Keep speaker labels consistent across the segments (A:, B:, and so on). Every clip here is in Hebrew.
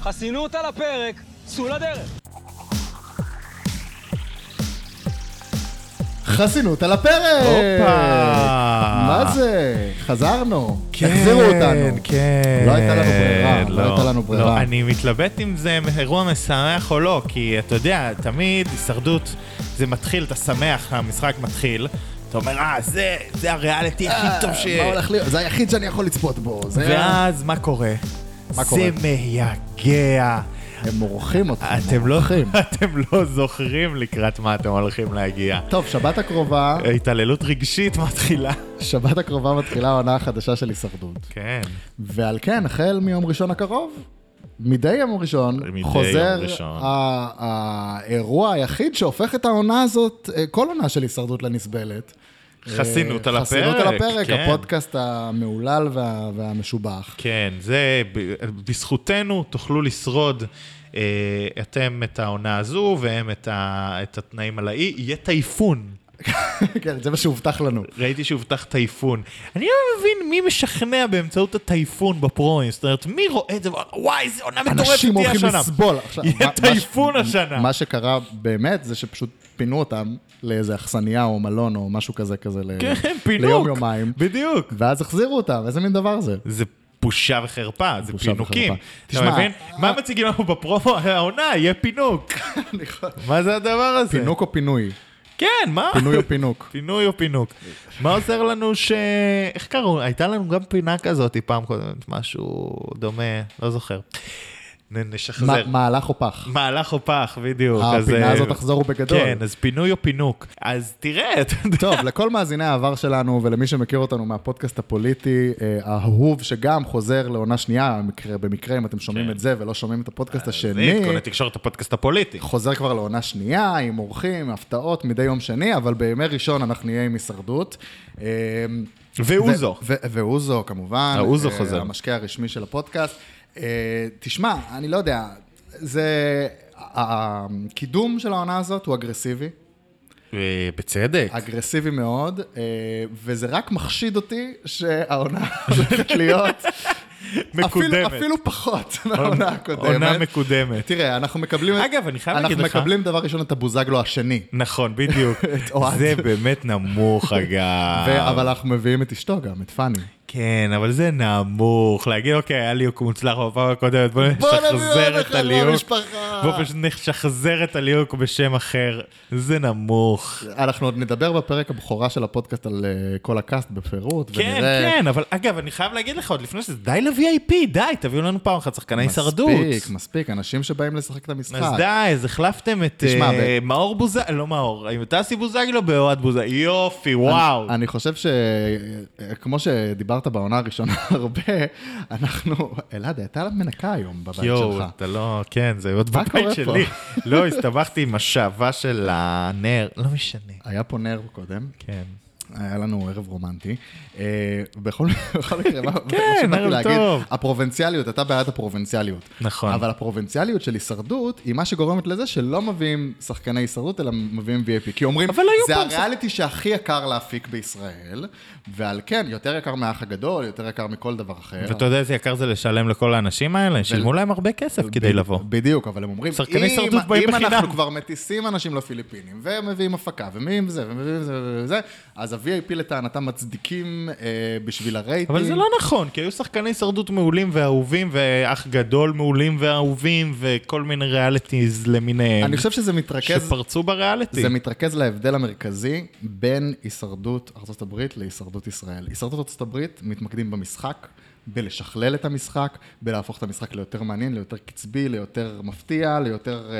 A: חסינות על הפרק, צאו לדרך.
B: חסינות על הפרק! מה זה? חזרנו. החזירו כן, אותנו.
C: כן.
B: לא הייתה לנו ברירה, לא הייתה לנו ברירה.
C: לא, אני מתלבט אם זה אירוע משמח או לא, כי אתה יודע, תמיד הישרדות, זה מתחיל, אתה שמח, המשחק מתחיל. אתה אומר, אה, זה, זה הריאליטי הכי טוב ש...
B: אה, מה הולך להיות? זה היחיד שאני יכול לצפות בו. זה-
C: ואז מה קורה?
B: מה קורה? אה,
C: זה מייגע.
B: הם מורחים אותך.
C: אתם לא, אתם לא זוכרים לקראת מה אתם הולכים להגיע.
B: טוב, שבת הקרובה,
C: אה. התעללות רגשית מתחילה.
B: שבת הקרובה מתחילה העונה החדשה של הישרדות.
C: כן.
B: ועל כן, החל מיום ראשון הקרוב, מדי יום ראשון,
C: מדי
B: חוזר
C: יום ראשון.
B: ה- האירוע היחיד שהופך את העונה הזאת, אה, כל עונה של הישרדות לנסבלת.
C: חסינות
B: אה,
C: על
B: חסינות
C: הפרק,
B: על הפרק,
C: כן.
B: הפודקאסט המהולל וה- והמשובח.
C: כן, זה, ב- בזכותנו תוכלו לשרוד אה, אתם את העונה הזו והם את, ה, את התנאים על האי, יהיה טייפון.
B: כן, זה מה שהובטח לנו.
C: ראיתי שהובטח טייפון. אני לא מבין מי משכנע באמצעות הטייפון בפרוים, זאת אומרת, מי רואה את זה, וואי, זו עונה מטורפת,
B: אנשים
C: תהיה
B: הולכים
C: השנה."
B: לסבול. עכשיו,
C: יהיה
B: מה- מה ש-
C: טייפון השנה.
B: מה שקרה באמת זה שפשוט פינו אותם לאיזה אכסניה או מלון או משהו כזה כזה. ל-
C: כן, פינוק.
B: ליום יומיים.
C: בדיוק.
B: ואז החזירו אותם, איזה מין דבר זה?
C: זה בושה וחרפה, זה
B: בושה
C: פינוקים.
B: וחרפה.
C: אתה
B: תשמע,
C: מבין?
B: אה-
C: מה מציגים לנו בפרומו? העונה, יהיה פינוק. מה זה הדבר הזה?
B: פינוק או פינוי?
C: כן, מה?
B: פינוי או פינוק?
C: פינוי או פינוק. מה עוזר לנו ש... איך קראו? הייתה לנו גם פינה כזאת פעם קודמת, משהו דומה, לא זוכר. נ- נשחזר.
B: מה- מהלך או פח?
C: מהלך או פח, בדיוק. אז,
B: הפינה
C: אה,
B: הזאת תחזור בגדול.
C: כן, אז פינוי או פינוק. אז תראה, אתה יודע.
B: טוב, לכל מאזיני העבר שלנו ולמי שמכיר אותנו מהפודקאסט הפוליטי אה, האהוב, שגם חוזר לעונה שנייה, במקרה, במקרה אם אתם שומעים
C: כן. אה,
B: את זה ולא שומעים את הפודקאסט השני,
C: זה עדכוני תקשורת הפודקאסט הפוליטי.
B: חוזר כבר לעונה שנייה, עם אורחים, הפתעות מדי יום שני, אבל בימי ראשון אנחנו נהיה עם הישרדות. אה,
C: ואוזו.
B: ו- ו- ואוזו, כמובן.
C: האוזו
B: אה,
C: חוזר.
B: המשקיע הרשמי של הפודקאסט. אה, תשמע, אני לא יודע, זה... הקידום של העונה הזאת הוא אגרסיבי.
C: אה, בצדק.
B: אגרסיבי מאוד, אה, וזה רק מחשיד אותי שהעונה הולכת להיות... אפילו,
C: מקודמת.
B: אפילו פחות מהעונה הקודמת.
C: עונה מקודמת.
B: תראה, אנחנו מקבלים... את-
C: אגב, אני חייב להגיד לך-
B: אנחנו מקבלים דבר ראשון את הבוזגלו השני,
C: נכון, בדיוק.
B: אוהד.
C: זה באמת נמוך, אגב.
B: ו- אבל אנחנו מביאים את אשתו גם, את פאני.
C: כן, אבל זה נמוך. להגיד, אוקיי, היה ליהוק מוצלח בפעם הקודמת, בוא נשחזר את הליהוק. בוא פשוט נשחזר את הליהוק בשם אחר. זה נמוך.
B: אנחנו עוד נדבר בפרק הבכורה של הפודקאסט על אה, כל הקאסט בפירוט.
C: כן,
B: ונראה-
C: כן, אבל אגב, אני חייב להגיד לך עוד לפני שזה, די ל-VIP, די, תביאו לנו פעם אחת שחקני הישרדות.
B: מספיק, מספיק, אנשים שבאים לשחק את המשחק.
C: אז די, אז החלפתם את
B: תשמע,
C: אה,
B: ב-
C: מאור בוזגלו, לא מאור, עם טסי בוזגלו באוהד בוזגלו. יופי, וואו.
B: אני, אני חושב שכמו שדיברת בעונה הראשונה הרבה, אנחנו... אלעד, הייתה לה מנקה היום בבית
C: יואו,
B: שלך.
C: אתה לא, כן, זה עוד
B: מה
C: בבית
B: קורה
C: שלי. לא, הסתבכתי עם השעווה של הנר, לא משנה.
B: היה פה נר קודם,
C: כן.
B: היה לנו ערב רומנטי. אה, בכל בכל מקרה, מה מה
C: כן,
B: שבאתי
C: ערב
B: להגיד,
C: טוב.
B: הפרובינציאליות, אתה בעד הפרובינציאליות.
C: נכון.
B: אבל הפרובינציאליות של הישרדות היא מה שגורמת לזה שלא מביאים שחקני הישרדות, אלא מביאים VIP. כי אומרים,
C: אבל היו
B: זה
C: פעם
B: הריאליטי שהכי יקר להפיק בישראל, ועל כן, יותר יקר מהאח הגדול, יותר יקר מכל דבר אחר.
C: ואתה יודע איזה יקר זה לשלם לכל האנשים האלה? שילמו להם הרבה כסף כדי לבוא.
B: בדיוק, אבל הם אומרים,
C: שחקני
B: אם-
C: הישרדות באים
B: אם אנחנו
C: בחינם."
B: כבר מטיסים אנשים לפיליפינים, ומביאים הפקה, ומביאים זה, ומביאים זה, ומביאים זה, אז ה-VIP לטענתם מצדיקים אה, בשביל הרייטינג.
C: אבל זה לא נכון, כי היו שחקני הישרדות מעולים ואהובים, ואח גדול מעולים ואהובים, וכל מיני ריאליטיז למיניהם,
B: אני חושב שזה מתרכז,
C: שפרצו בריאליטי.
B: זה מתרכז להבדל המרכזי בין הישרדות ארה"ב להישרדות ישראל. הישרדות ארה"ב מתמקדים במשחק. בלשכלל את המשחק, בלהפוך את המשחק ליותר מעניין, ליותר קצבי, ליותר מפתיע, ליותר אה,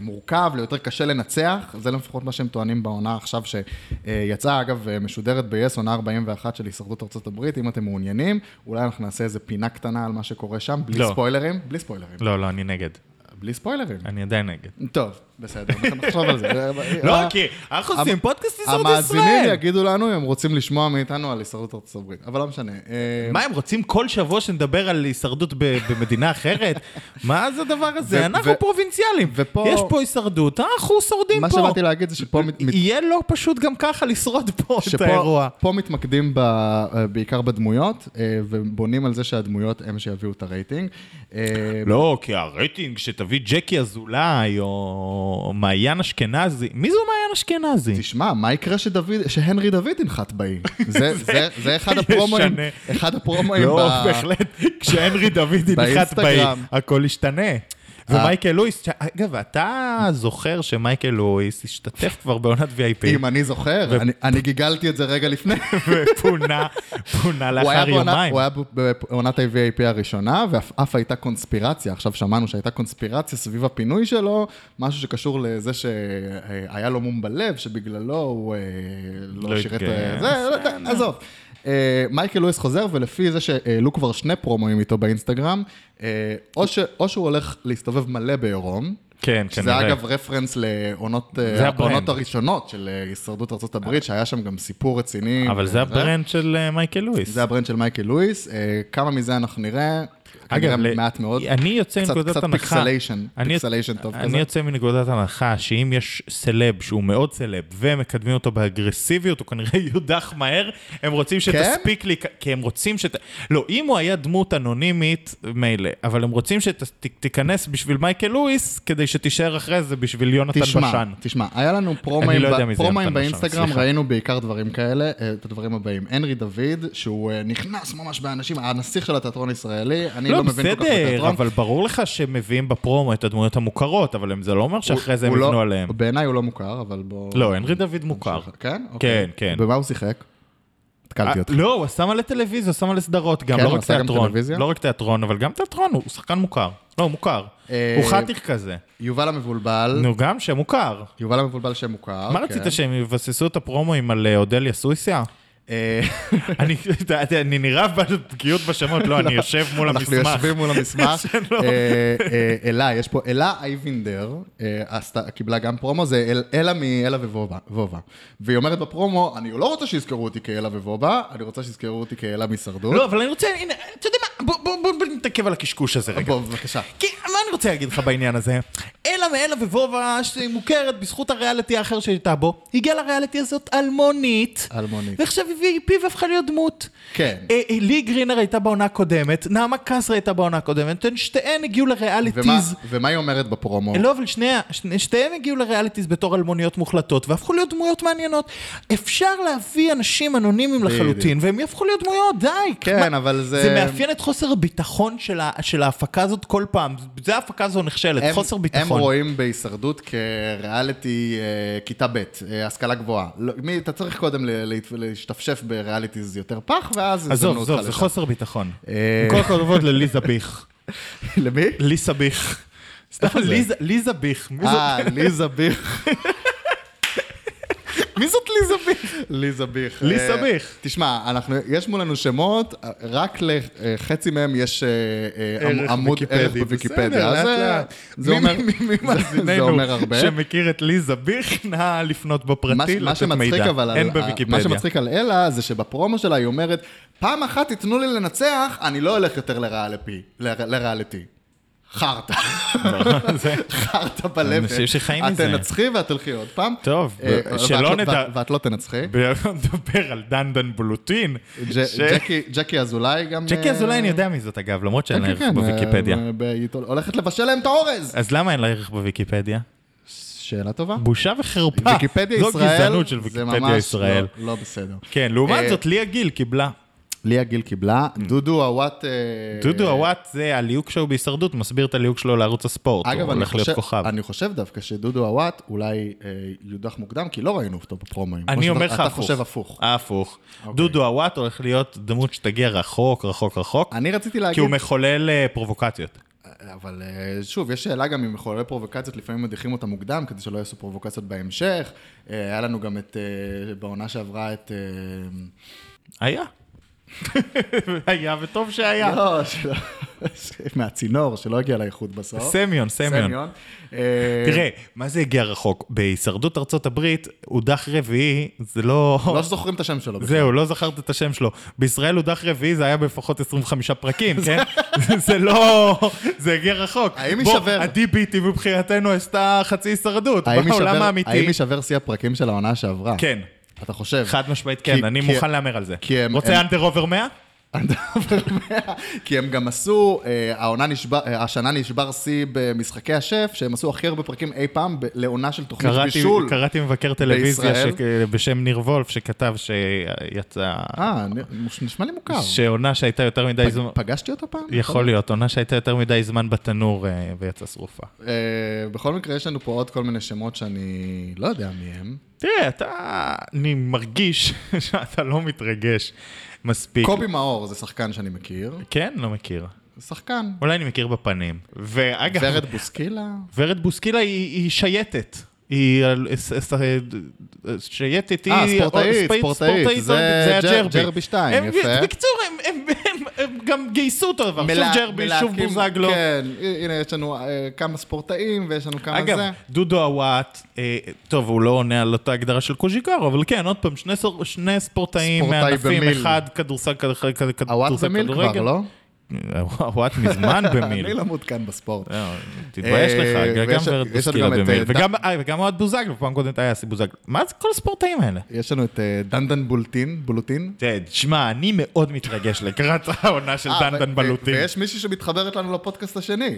B: מורכב, ליותר קשה לנצח. זה לפחות מה שהם טוענים בעונה עכשיו, שיצאה, אגב, אה, משודרת ב-yes, עונה 41 של הישרדות ארצות הברית. אם אתם מעוניינים, אולי אנחנו נעשה איזה פינה קטנה על מה שקורה שם, בלי
C: לא.
B: ספוילרים. בלי ספוילרים.
C: לא, לא, אני נגד.
B: בלי ספוילרים.
C: אני עדיין נגד.
B: טוב, בסדר, אנחנו נחשוב על זה.
C: לא, כי אנחנו עושים פודקאסט הישרדות
B: אה, המאזינים
C: ישראל.
B: יגידו לנו אם הם רוצים לשמוע מאיתנו על הישרדות ארצות הברית, אבל לא משנה. אה,
C: מה, הם רוצים כל שבוע שנדבר על הישרדות ב- במדינה אחרת? מה זה הדבר הזה?
B: ו-
C: אנחנו
B: ו-
C: פרובינציאלים.
B: ופה-
C: יש פה הישרדות, אנחנו שורדים פה.
B: מה שבאתי להגיד זה שפה... מת- מת-
C: יהיה לא פשוט גם ככה לשרוד פה את
B: שפה
C: האירוע.
B: פה מתמקדים ב, אה, בעיקר בדמויות, אה, ובונים על זה שהדמויות הם שיביאו את הרייטינג. אה,
C: לא, כי הרייטינג שתביא ג'קי אזולאי או מעיין אשכנזי, מי זו מעיין אשכנזי?
B: תשמע, מה יקרה שדוד, שהנרי דוד ינחת באי? זה, זה, זה אחד הפרומואים,
C: ישנה.
B: אחד הפרומואים
C: לא,
B: ב-
C: בהחלט, כשהנרי דוד ינחת באי,
B: באינסטגרם. אה.
C: הכל ישתנה. ומייקל לואיס, ש- אגב, אתה זוכר שמייקל לואיס השתתף כבר בעונת VIP,
B: אם אני זוכר, אני, אני גיגלתי את זה רגע לפני.
C: ופונה, פונה
B: הוא היה
C: לאחר
B: בעונה-
C: יומיים.
B: הוא היה בעונת ה-VAP הראשונה, ואף אף הייתה קונספירציה, עכשיו שמענו שהייתה קונספירציה סביב הפינוי שלו, משהו שקשור לזה שהיה לו מום בלב, שבגללו הוא אה,
C: לא
B: לא שירת...
C: התגייס.
B: אה, זה, לא יודע, עזוב. אה, מייקל לואיס חוזר, ולפי זה שהעלו כבר שני פרומואים איתו באינסטגרם, אה, או ש- או שהוא הולך להסתובב מלא בעירום,
C: כן,
B: שזה
C: כנראה.
B: אגב רפרנס לעונות אה,
C: זה הברנד.
B: העונות הראשונות של אה, הישרדות ארה"ב, שהיה שם גם סיפור רציני.
C: אבל זה
B: וזה.
C: הברנד של אה, מייקל לואיס.
B: זה הברנד של מייקל לואיס, אה, כמה מזה אנחנו נראה,
C: אגב,
B: כנראה
C: ל-
B: מעט מאוד.
C: אני יוצא
B: קצת-
C: מנקודת
B: קצת
C: הנחה.
B: פיקסליישן,
C: אני-
B: פיקסליישן טוב
C: אני
B: כזה.
C: יוצא מנקודת הנחה שאם יש סלב שהוא מאוד סלב ומקדמים אותו באגרסיביות, הוא כנראה יודח מהר, הם רוצים
B: כן?
C: שתספיק לי, כי הם רוצים שת... לא, אם הוא היה דמות אנונימית, מילא, אבל הם רוצים שתיכנס בשביל מייקל לואיס, כדי שתישאר אחרי זה בשביל יונתן
B: תשמע,
C: בשן.
B: תשמע, היה לנו פרומואים
C: לא יודע
B: ב-
C: מי זה
B: פרומואים
C: יונתן בשן,
B: באינסטגרם,
C: סליחה.
B: ראינו בעיקר דברים כאלה, אה, את הדברים הבאים. הנרי דוד, שהוא אה, נכנס ממש באנשים, הנסיך של התיאטרון הישראלי, אני לא מבין כל כך
C: בסדר,
B: בתיאטרון.
C: אבל ברור לך שמביאים בפרומו את הדמויות המוכרות, אבל הם- זה לא אומר שאחרי זה הם
B: הוא לא-
C: יבנו עליהם.
B: בעיניי הוא לא מוכר, אבל בוא...
C: לא, הנרי דוד מוכר.
B: כן? אוקיי.
C: כן.
B: במה הוא שיחק? התקלתי אותך.
C: אה, לא, הוא עשה מלא טלוויזיה, הוא עשה מלא סדרות, גם
B: כן,
C: לא
B: הוא
C: רק
B: עשה גם
C: תיאטרון.
B: טלוויזיה?
C: לא רק תיאטרון, אבל גם תיאטרון, הוא שחקן מוכר. לא, הוא מוכר.
B: אה,
C: הוא חתיך כזה.
B: יובל המבולבל,
C: נו, גם שמוכר.
B: יובל המבולבל שמוכר.
C: מה
B: כן.
C: רצית שהם יבססו את הפרומואים על אה, אודליה סויסיה?
B: אה,
C: אני אתה יודע, אני נראה בפגיעות בשמות, לא, אני יושב מול
B: אנחנו
C: המסמך.
B: יושבים מול המסמך.
C: שלא.
B: אה, אה, אלה, יש פה, אלה אייבינדר, אה, עשתה- קיבלה גם פרומו, זה אל- אלה מאלה ובובה. וובה. והיא אומרת בפרומו, אני לא רוצה שיזכרו אותי כאלה ובובה, אני רוצה שיזכרו אותי כאלה מהישרדות.
C: לא, אבל אני רוצה, הנה, אתה יודע מה, בוא- בוא בוא- בוא נתעכב על הקשקוש הזה רגע.
B: בוא, בבקשה.
C: כי מה אני רוצה להגיד לך בעניין הזה? אלה מאלה ובובה שהיא מוכרת בזכות הריאליטי האחר שהייתה בו, הגיעה לריאליטי הזאת אלמונית.
B: אלמונית.
C: ועכשיו היא VP והפכה להיות דמות.
B: כן.
C: אה, אה, לי גרינר הייתה בעונה הקודמת, נעמה קסרה הייתה בעונה הקודמת, הן שתיהן הגיעו
B: ומה-
C: לריאליטיז.
B: ומה היא אומרת בפרומו?
C: לא, אבל שני, שני, שתיהן הגיעו לריאליטיז בתור אלמוניות מוחלטות, והפכו להיות דמויות מעניינות. אפשר להביא אנשים אנונימיים
B: בדיוק.
C: לחלוטין, והם יהפכו להיות דמויות, די.
B: כן, אבל זה...
C: זה מאפיין את חוסר הביטחון של, ה, של ההפקה הזאת כל פעם. זה ההפקה הזו נכשלת,
B: הם-
C: חוסר
B: הם
C: ביטחון.
B: רואים בהישרדות כריאליטי אה, כיתה ב', אה, השכלה גבוהה. לא, מי- אתה צריך קודם ל- לה- להשתפשף בריאליטיז יותר פח, ואז
C: עזוב,
B: יזמנו אותך
C: עזוב, זה
B: לשם.
C: חוסר ביטחון.
B: אה.
C: עם כל הכבוד לליזה ביך.
B: למי?
C: ליסה ביך. סתם,
B: זה?
C: ליזה- ליזה ביך. מי זאת?
B: אה, ליזה ביך. מי זאת ליזה ביך? ליזה ביך.
C: ליזה
B: אה,
C: ביך.
B: תשמע, אנחנו, יש מולנו שמות, אה, רק לחצי מהם יש אה, אה,
C: ערך
B: עמוד ערך
C: ויקיפדי, בסדר,
B: בוויקיפדיה. אז,
C: לאט
B: אה,
C: לאט.
B: זה
C: מי-
B: אומר-
C: מי- מי-
B: זה-
C: מי
B: זה
C: מאזיננו
B: אומר הרבה.
C: שמכיר את ליזה ביך, נא לפנות
B: מה ש-
C: בפרטי,
B: מה
C: לתת
B: שמצחיק
C: מידע.
B: אבל, על-
C: אין
B: ה-
C: בוויקיפדיה.
B: מה שמצחיק על אלה זה שבפרומו שלה היא אומרת, פעם אחת תיתנו לי לנצח, אני לא אלך יותר לריאליפי- ל- לריאליטי. חרטא.
C: זה-
B: חרטא בלבן.
C: אנשים שחיים
B: את
C: מזה.
B: תנצחי ואת תלכי עוד פעם.
C: טוב,
B: אה,
C: ב-
B: ואת
C: שלא
B: לא-
C: נדע-
B: ואת- ואת לא תנצחי.
C: בואו נדבר על דנדן בולוטין.
B: ג'-
C: ש-
B: ג'קי- ג'קי אזולאי גם...
C: ג'קי
B: אה,
C: אזולאי אני יודע מי זאת אגב, למרות שאין לה
B: כן,
C: ערך
B: כן,
C: בוויקיפדיה.
B: אה, ב- היא הולכת לבשל להם את האורז.
C: אז למה אין לה ערך בוויקיפדיה?
B: שאלה טובה.
C: בושה וחרפה.
B: ויקיפדיה
C: אה, זו
B: ישראל,
C: גזענות של
B: זה
C: ויקיפדיה
B: ממש
C: ישראל.
B: לא- לא בסדר.
C: כן, לעומת
B: אה,
C: זאת, ליה גיל קיבלה.
B: ליה גיל קיבלה, דודו הוואט... אה,
C: Mm. דודו הוואט זה הליהוק שלו בהישרדות, מסביר את הליהוק שלו לערוץ הספורט.
B: אגב,
C: הוא
B: אני
C: הולך להיות
B: חושב,
C: כוכב.
B: אני חושב דווקא שדודו הוואט אולי אה, יודח מוקדם, כי לא ראינו אותו בפרומואים. או
C: אני
B: שאתה-
C: אומר לך הפוך.
B: אתה חושב הפוך. אוקיי.
C: הפוך. דודו הוואט הולך להיות דמות שתגיע רחוק, רחוק, רחוק,
B: אני רציתי
C: אה, כי
B: להגיד,
C: הוא מחולל אה, פרובוקציות.
B: אבל אה, שוב, יש שאלה גם אם מחוללי פרובוקציות, לפעמים מדיחים אותם מוקדם, כדי שלא יעשו פרובוקציות בהמשך. אה, היה לנו גם את, אה, בעונה שעברה את... אה,
C: היה. היה וטוב שהיה.
B: לא, שלא... מהצינור, שלא הגיע לאיחוד בסוף.
C: סמיון, סמיון.
B: אה,
C: תראה, מה זה הגיע רחוק? בהישרדות ארצות הברית, הודח רביעי, זה לא...
B: לא זוכרים את השם שלו. בכלל.
C: זהו, לא זכרת את השם שלו. בישראל הודח רביעי, זה היה בפחות 25 פרקים, כן? זה לא... זה הגיע רחוק.
B: האם
C: בוא,
B: יישבר?
C: ה-DBT מבחינתנו עשתה חצי הישרדות.
B: האם
C: בעולם
B: יישבר- האם
C: האמיתי...
B: יישבר שיא הפרקים של העונה שעברה?
C: כן.
B: אתה חושב?
C: חד משמעית
B: כי-
C: כן, אני
B: כי-
C: מוכן להמר על זה.
B: כי הם-
C: רוצה
B: הם-
C: אנדר אובר 100?
B: כי הם גם עשו, אה, העונה נשבר, אה, השנה נשבר שיא במשחקי השף, שהם עשו הכי הרבה פרקים אי פעם ב- לעונה של תוכנית
C: קראתי-
B: בישול.
C: קראתי מבקר טלוויזיה
B: בישראל?
C: שכ- בשם ניר וולף, שכתב שיצא...
B: אה, נ- נשמע לי מוכר.
C: שעונה שהייתה יותר מדי זמן...
B: פ- פגשתי אותו פעם?
C: יכול להיות, עונה שהייתה יותר מדי זמן בתנור אה, ויצאה שרופה.
B: אה, בכל מקרה, יש לנו פה עוד כל מיני שמות שאני לא יודע מי הם.
C: תראה, אתה... אני מרגיש שאתה לא מתרגש מספיק.
B: קובי מאור זה שחקן שאני מכיר.
C: כן? לא מכיר.
B: שחקן.
C: אולי אני מכיר בפנים. ואגב,
B: ורד בוסקילה.
C: ורד בוסקילה היא, היא שייטת. היא על- ס- ס- אה, שייטת, היא...
B: אה, ספורטאית,
C: או- ספי-
B: ספורטאית, זה ג'ר- ג'רבי שתיים,
C: הם-
B: יפה.
C: בקיצור, הם, הם, הם, הם גם גייסו אותו דבר. שוב
B: מלה-
C: ג'רבי, שוב
B: מלהקים-
C: בוזגלו.
B: כן, הנה, יש לנו אה, כמה ספורטאים ויש לנו כמה
C: אגב,
B: זה.
C: דודו אוואט, אה, טוב, הוא לא עונה על אותה הגדרה של קוז'יקרו, אבל כן, עוד פעם, שני, סור- שני ספורטאים
B: ספורטאי
C: מענפים,
B: במיל.
C: אחד כדורסל, כד- כד- כד- כדורסל
B: הוואט במיל כבר, לא?
C: אה, הוואט מזמן במיל.
B: אני לא מעודכן בספורט.
C: אה, תתבייש
B: אה,
C: לך,
B: ויש-
C: גם ורד
B: יש לנו
C: בוסקילה
B: גם את,
C: במיל.
B: אה,
C: וגם- אה, וגם אוהד בוזגלו, פעם קודמת היה אסי בוזגלו. מה זה כל הספורטאים האלה?
B: יש לנו את אה, דנדן בולטין, בולוטין.
C: תראה, תשמע, אני מאוד מתרגש לקראת העונה של
B: אה, ו-
C: דנדן
B: ו-
C: בלוטין.
B: ויש מישהי שמתחברת לנו לפודקאסט השני.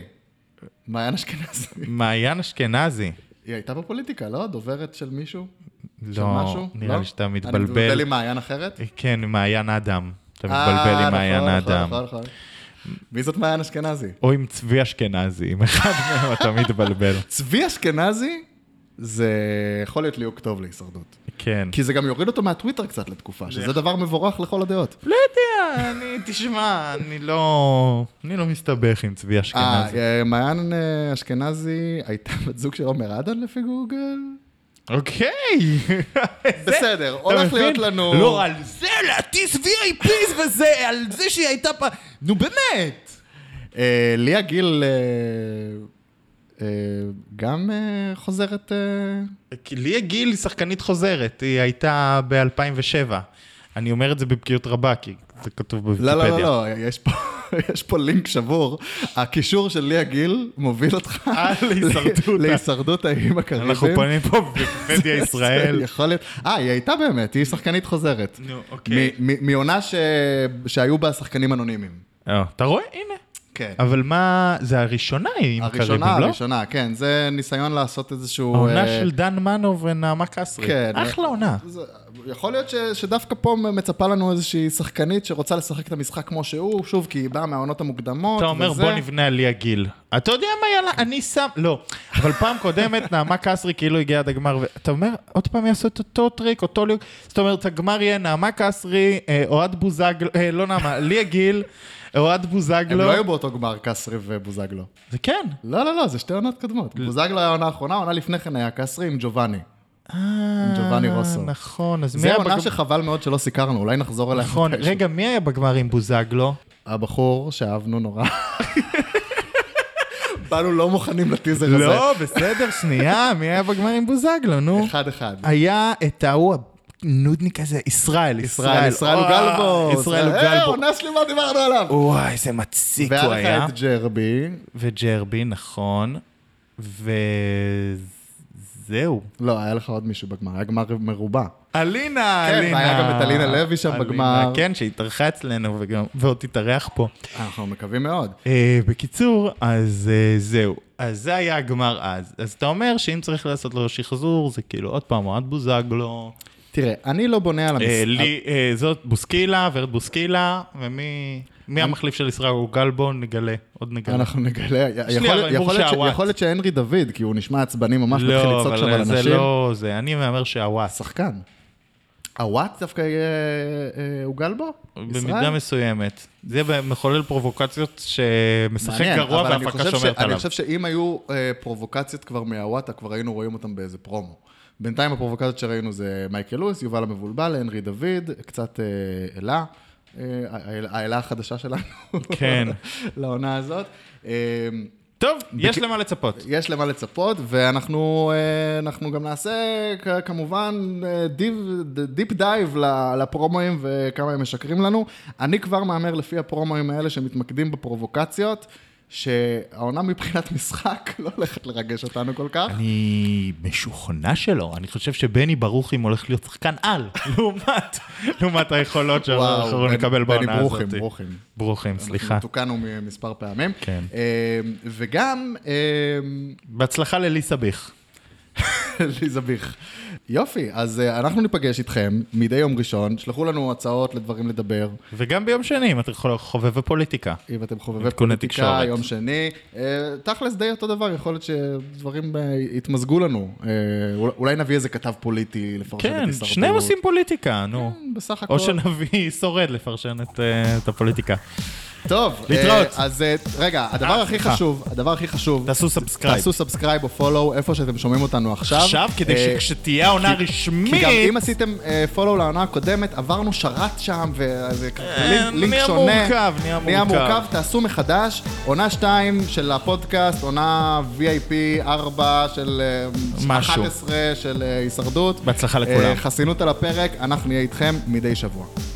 B: מעיין אשכנזי.
C: מעיין אשכנזי.
B: היא הייתה בפוליטיקה, לא? דוברת של מישהו? של
C: לא,
B: משהו?
C: נראה לי שאתה
B: אני מתבלבל
C: מתבלבל.
B: עם מעיין אחרת?
C: כן, מעיין אדם. אתה מתבלבל
B: אה,
C: עם מעיין
B: נכון, נכון,
C: אדם.
B: נכון, נכון. מי זאת מעיין אשכנזי?
C: או עם צבי אשכנזי, עם אחד מהם אתה מתבלבל.
B: צבי אשכנזי זה יכול להיות ליהוק טוב להישרדות.
C: כן.
B: כי זה גם יוריד אותו מהטוויטר קצת לתקופה, שזה דבר מבורך לכל הדעות.
C: לא יודע, אני, תשמע, אני לא... אני לא מסתבך עם צבי
B: אה,
C: אשכנזי.
B: אה, מעיין אה, אשכנזי הייתה בת זוג של עומר אדם לפי גוגל?
C: אוקיי. זה-
B: בסדר,
C: אתה
B: הולך
C: מבין?
B: להיות לנו...
C: לא, על זה להטיס VIPs וזה, על זה שהיא הייתה פ... נו באמת.
B: אה, ליה גיל אה, אה, גם אה, חוזרת... אה,
C: כי ליה גיל היא שחקנית חוזרת, היא הייתה ב-2007. אני אומר את זה בבקיאות רבה, כי זה כתוב
B: לא,
C: בוויקיפדיה.
B: לא, לא, לא, יש פה... יש פה לינק שבור, הקישור של ליה גיל מוביל אותך
C: אה, להישרדות.
B: להישרדות האיים הקריבים.
C: אנחנו פונים פה בוויקיפדיה ישראל.
B: יכול להיות. אה, היא הייתה באמת, היא שחקנית חוזרת.
C: נו, אוקיי.
B: מ- מ- מעונה ש- שהיו בה שחקנים אנונימיים.
C: אה, אתה רואה? הנה.
B: כן.
C: אבל מה, זה הראשונה היא עם קריבים,
B: הראשונה,
C: לא?
B: הראשונה, כן, זה ניסיון לעשות איזשהו...
C: העונה
B: אה,
C: של דן מנו ונעמה קסרי.
B: כן.
C: אחלה עונה.
B: זה- יכול להיות ש, שדווקא פה מצפה לנו איזושהי שחקנית שרוצה לשחק את המשחק כמו שהוא, שוב, כי היא באה מהעונות המוקדמות,
C: אתה אומר,
B: וזה.
C: בוא נבנה עלייה גיל. אתה יודע מה, יאללה, אני שם, לא. אבל פעם קודמת, נעמה קסרי כאילו הגיעה עד הגמר, ואתה אומר, עוד פעם יעשו את אותו טריק, אותו ליוק. זאת אומרת, הגמר יהיה נעמה קסרי, אה, אוהד בוזגלו, אה, לא נעמה, ליה גיל, אוהד
B: הם
C: בוזגלו.
B: לא היו באותו גמר, קסרי ובוזגלו.
C: זה כן.
B: לא, לא, לא, זה שתי עונות קודמות. בוזגלו היה העונה האחרונה, העונה לפני כן היה קסרי עם ג'ובאני.
C: אה,
B: ג'ובאני רוסו.
C: נכון, אז מי
B: זו
C: היה
B: עונה
C: בגמר?
B: שחבל מאוד שלא סיקרנו, אולי נחזור אליה.
C: נכון,
B: מתישהו.
C: רגע, מי היה בגמר עם בוזגלו?
B: הבחור שאהבנו נורא. באנו לא מוכנים לטיזר הזה.
C: לא, בסדר, שנייה, מי היה בגמר עם בוזגלו, נו?
B: אחד אחד.
C: היה את ההוא הנודניק הזה, ישראל,
B: ישראל, ישראל הוא
C: אוי,
B: גלבו.
C: אה, ישראל הוא
B: אה,
C: גלבו.
B: עונה שלמה דיברנו עליו.
C: וואי, איזה מציק
B: והיה
C: הוא
B: לך
C: היה.
B: את ג'רבי.
C: וג'רבי, נכון. וזהו.
B: לא, היה לך עוד מישהו בגמר, היה גמר מרובע.
C: אלינה,
B: כן,
C: אלינה.
B: והיה גם את אלינה לוי שם
C: אלינה,
B: בגמר.
C: כן, שהתארחה אצלנו וגם- ועוד תתארח פה.
B: אנחנו מקווים מאוד.
C: אה, בקיצור, אז אה, זהו. אז זה היה הגמר אז. אז אתה אומר שאם צריך לעשות לו שחזור, זה כאילו עוד פעם אוהד בוזגלו.
B: תראה, אני לא בונה על
C: אה,
B: המשחק.
C: לי, אה, זאת בוסקילה, ורד בוסקילה, ומי מי המחליף של ישראל הוא גלבו, נגלה, עוד נגלה.
B: אנחנו נגלה, יכול-
C: לי אבל
B: יכול להיות ש-
C: מורשה
B: יכול להיות שהנרי דוד, כי הוא נשמע עצבני ממש, מתחיל
C: לא,
B: לצעוק שם על
C: אבל זה
B: אנשים.
C: לא זה, אני מהמר שהוואס.
B: שחקן. הוואט דווקא יהיה, אה, הוא גל בו?
C: במידה מסוימת. זה מחולל פרובוקציות שמשחק גרוע וההפקה שומרת
B: אני
C: עליו.
B: חושב שאם היו אה, פרובוקציות כבר מהוואטה, כבר היינו רואים אותם באיזה פרומו. בינתיים הפרובוקציות שראינו זה מייקל לואיס, יובל המבולבל, הנרי דוד, קצת אה, אלה, אה, האל- האלה החדשה שלנו.
C: כן.
B: לעונה הזאת. אה,
C: טוב, יש למה לצפות.
B: יש למה לצפות, ואנחנו אה, אנחנו גם נעשה כ- כמובן אה, דיפ דייב לפרומואים וכמה הם משקרים לנו. אני כבר מהמר לפי הפרומואים האלה שמתמקדים בפרובוקציות, שהעונה מבחינת משחק לא הולכת לרגש אותנו כל כך.
C: אני משוכנע שלא, אני חושב שבני ברוכי הולך להיות שחקן על, לעומת, לעומת היכולות שאנחנו
B: בני-
C: נקבל
B: בני
C: בעונה הזאת.
B: ברוכים, ברוכים.
C: ברוכים, סליחה.
B: אנחנו תוקנו מ- מספר פעמים.
C: כן.
B: אה, וגם, אה,
C: בהצלחה לליסה ביך.
B: לי זביך. יופי, אז אה, אנחנו ניפגש איתכם מדי יום ראשון, שלחו לנו הצעות לדברים לדבר.
C: וגם ביום שני, אם אתה יכול- חובב הפוליטיקה.
B: אם אתם חובבי
C: עדכוני
B: פוליטיקה,
C: תקשורת.
B: יום שני, אה, תכלס די אותו דבר, יכול להיות שדברים אה, יתמזגו לנו. אה, אול- אולי נביא איזה כתב פוליטי לפרשן את
C: כן,
B: הישרדות.
C: שניהם עושים פוליטיקה, נו.
B: בסך הכל.
C: או שנביא שורד לפרשן את, אה, את הפוליטיקה.
B: טוב,
C: להתראות.
B: אה, אז אה, רגע, הדבר
C: אה,
B: הכי
C: סליחה.
B: חשוב, הדבר הכי חשוב,
C: תעשו סאבסקרייב.
B: תעשו סאבסקרייב או פולו איפה שאתם שומעים אותנו עכשיו.
C: עכשיו, כדי
B: אה,
C: שכשתהיה העונה
B: כי גם
C: רשמית,
B: אם עשיתם פולו לעונה הקודמת, עברנו שרת שם, וזה
C: אה,
B: לינק- לינק
C: נהיה
B: שונה.
C: מורכב, נהיה מורכב.
B: תעשו מחדש. עונה 2 של הפודקאסט, עונה VIP 4 של אה,
C: משהו.
B: 11 של אה, הישרדות.
C: בהצלחה לכולם.
B: אה, חסינות על הפרק, אנחנו נהיה איתכם מדי שבוע.